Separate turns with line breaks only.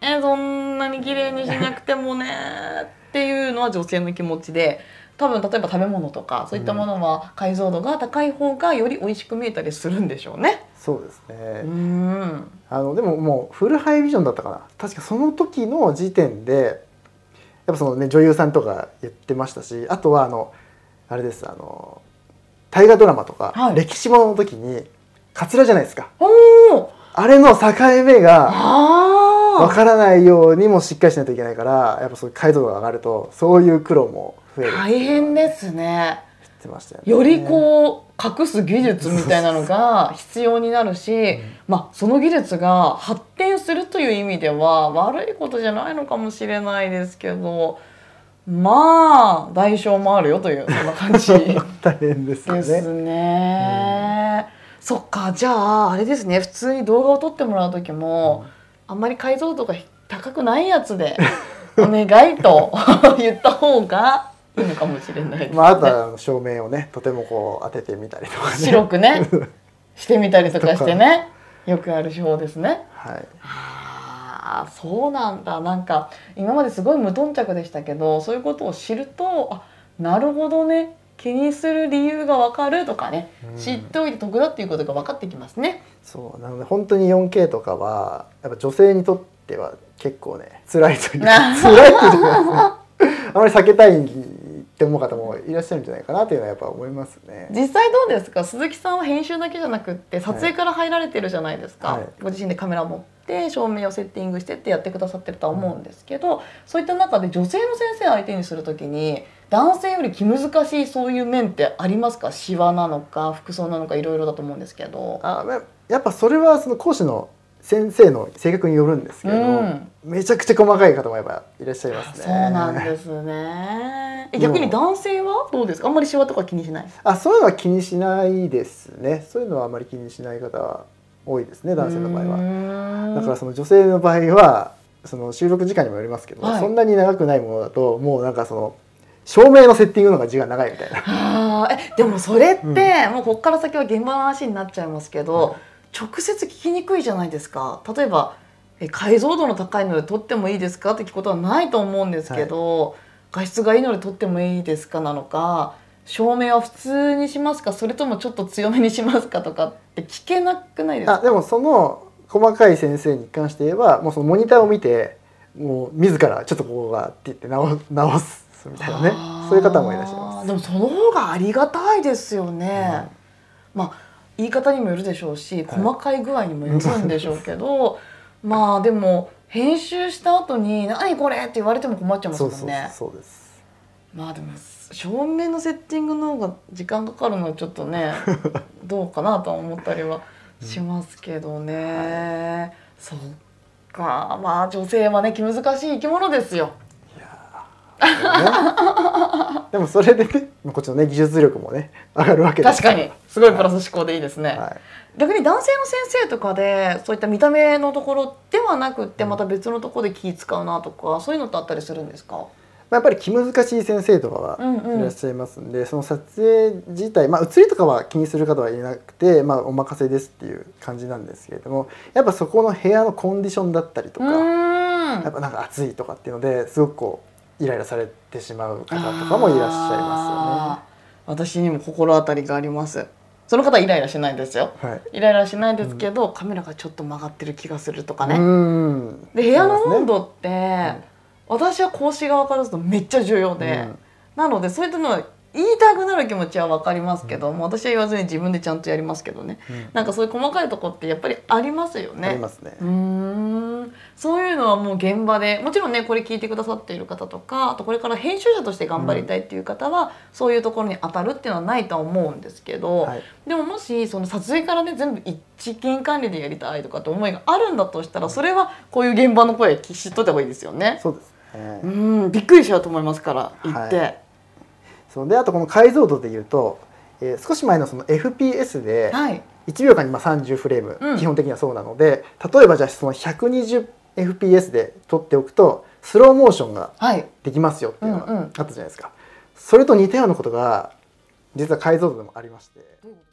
ねそんなに綺麗にしなくてもねっていうのは女性の気持ちで多分例えば食べ物とかそういったものは解像度が高い方がより美味しく見えたりするんでしょうね。
そうですね、
うん
あのでももうフルハイビジョンだったかな確かその時の時点でやっぱそのね女優さんとか言ってましたしあとはあのあれですあの大河ドラマと
は
か
い
歴史ものの時にカツラじゃないですか
おお
あれの境目がわ
あ
からないようにもしっかりしないといけないからやっぱそういう解像度が上がるとそういう苦労も増え
ー
る
大変ですね。
言ってましたよね
よりこう隠す技術みたいなのが必要になるし、まあ、その技術が発展するという意味では悪いことじゃないのかもしれないですけどまあ代償もあるよというそんな感 じ
大変ですよ
で
ね
すね。そっかじゃああれですね普通に動画を撮ってもらう時も、あんまり解像度が高くないやつでお願い と言った方がいいのかもしれないですね。
まあ、あとはあの照明をねとてもこう当ててみたりとかね
白く ねしてみたりとかしてねよくある手法ですね
はい
ああそうなんだなんか今まですごい無頓着でしたけどそういうことを知るとあなるほどね気にする理由がわかるとかね、
うん
知っておいて得だっていうことが分かってきますね
そうなので本当に 4K とかはやっぱ女性にとっては結構ね辛いというか辛いというか あまり避けたいって思う方もいらっしゃるんじゃないかなというのはやっぱ思いますね。
実際どうですか鈴木さんは編集だけじゃなくって撮影から入られてるじゃないですか、
はい
ご自身でカメラ持って照明をセッティングしてってやってくださってるとは思うんですけど、そういった中で女性の先生相手にする時に男性より気難しいそういう面ってありますかシワなのか服装なのかいろいろだと思うんですけど。
あまやっぱそれはその講師の先生の性格によるんですけれど、
うん
めちゃくちゃ細かい方もやっぱいらっしゃいますね。
そうなんですね。え
でも
逆に男性はどうですか。あんまりシワとか気にしない。
あそういうのは気にしないですね。そういうのはあまり気にしない方は多いですね男性の場合は。
は
だからその女性の場合はその収録時間にもよりますけど、
はい
そんなに長くないものだともうなんかその照明のセッティングの方が時間長いみたいな
あーえでもそれって、もうここから先は現場の話になっちゃいますけど、直接聞きにくいじゃないですか例えばえ解像度の高いので撮ってもいいですかって聞くことはないと思うんですけど、画質がいいので撮ってもいいですかなのか照明は普通にしますかそれともちょっと強めにしますかとかって聞けなくないです
あ
か
でもその細かい先生に関して言えばもうそのモニターを見てもう自らちょっとここがって言って直直すみたいなね
あー
そういう方もいらっしゃいます。
でもその方がありがたいですよね、まあ言い方にもよるでしょうし細かい具合にもよるんでしょうけど、 まあでも編集した後に「何これ!」って言われても困っちゃいます
そ
も
うん
ね
そうそうです。
まあでも照明のセッティングの方が時間かかるのはちょっと ねどうかなとは思ったりはしますけどね、そっかまあ女性はね気難しい生き物ですよ。
ねでもそれでね、まあこっちのね技術力もね上がるわけです
確かにすごいプラス思考でいいですね、
はい
逆に男性の先生とかでそういった見た目のところではなくってまた別のところで気使うなとかそういうのってあったりするんですか
まあ、やっぱり気難しい先生とか
うんう
は
ん
いらっしゃいますんで、その撮影自体、まあ、写りとかは気にする方はいなくて、まあ、お任せですっていう感じなんですけれどもやっぱそこの部屋のコンディションだったりと
う
か、
ーん
やっぱなんか暑いとかっていうのですごくこうイライラされてしまう方とかもいらっしゃいま
あー私にも心当たりがありますその方はイライラしないですよ
すよね。はい
イライラしないですけど、カメラがちょっと曲がってる気がするとかね、
うーん
で部屋の
そうですね
温度って、私は格子側からするとめっちゃ重要で、
うん
なのでそういったのは言いたくなる気持ちは分かりますけど、もう私は言わずに自分でちゃんとやりますけどね、
うん
なんかそういう細かいとこってやっぱりありますよね。
ありますね
うーんそういうのはもう現場でもちろんねこれ聞いてくださっている方とかあとこれから編集者として頑張りたいっていう方は、そういうところに当たるっていうのはないとは思うんですけど、
はい
でももしその撮影からね全部一見管理でやりたいとかって思いがあるんだとしたらそれはこういう現場の声知っといた方がいいですよね。
そうですね
うんびっくりしちゃうと思いますから言って、
はそうであとこの解像度でいうと、えー少し前のその FPS で、
はい
1秒間にまあ30フレーム、
うん
基本的にはそうなので例えばじゃあその 120fps で撮っておくとスローモーションが
はい
できますよっていうの
うんうん
があったじゃないですか、それと似たようなことが実は解像度でもありまして
どういうこと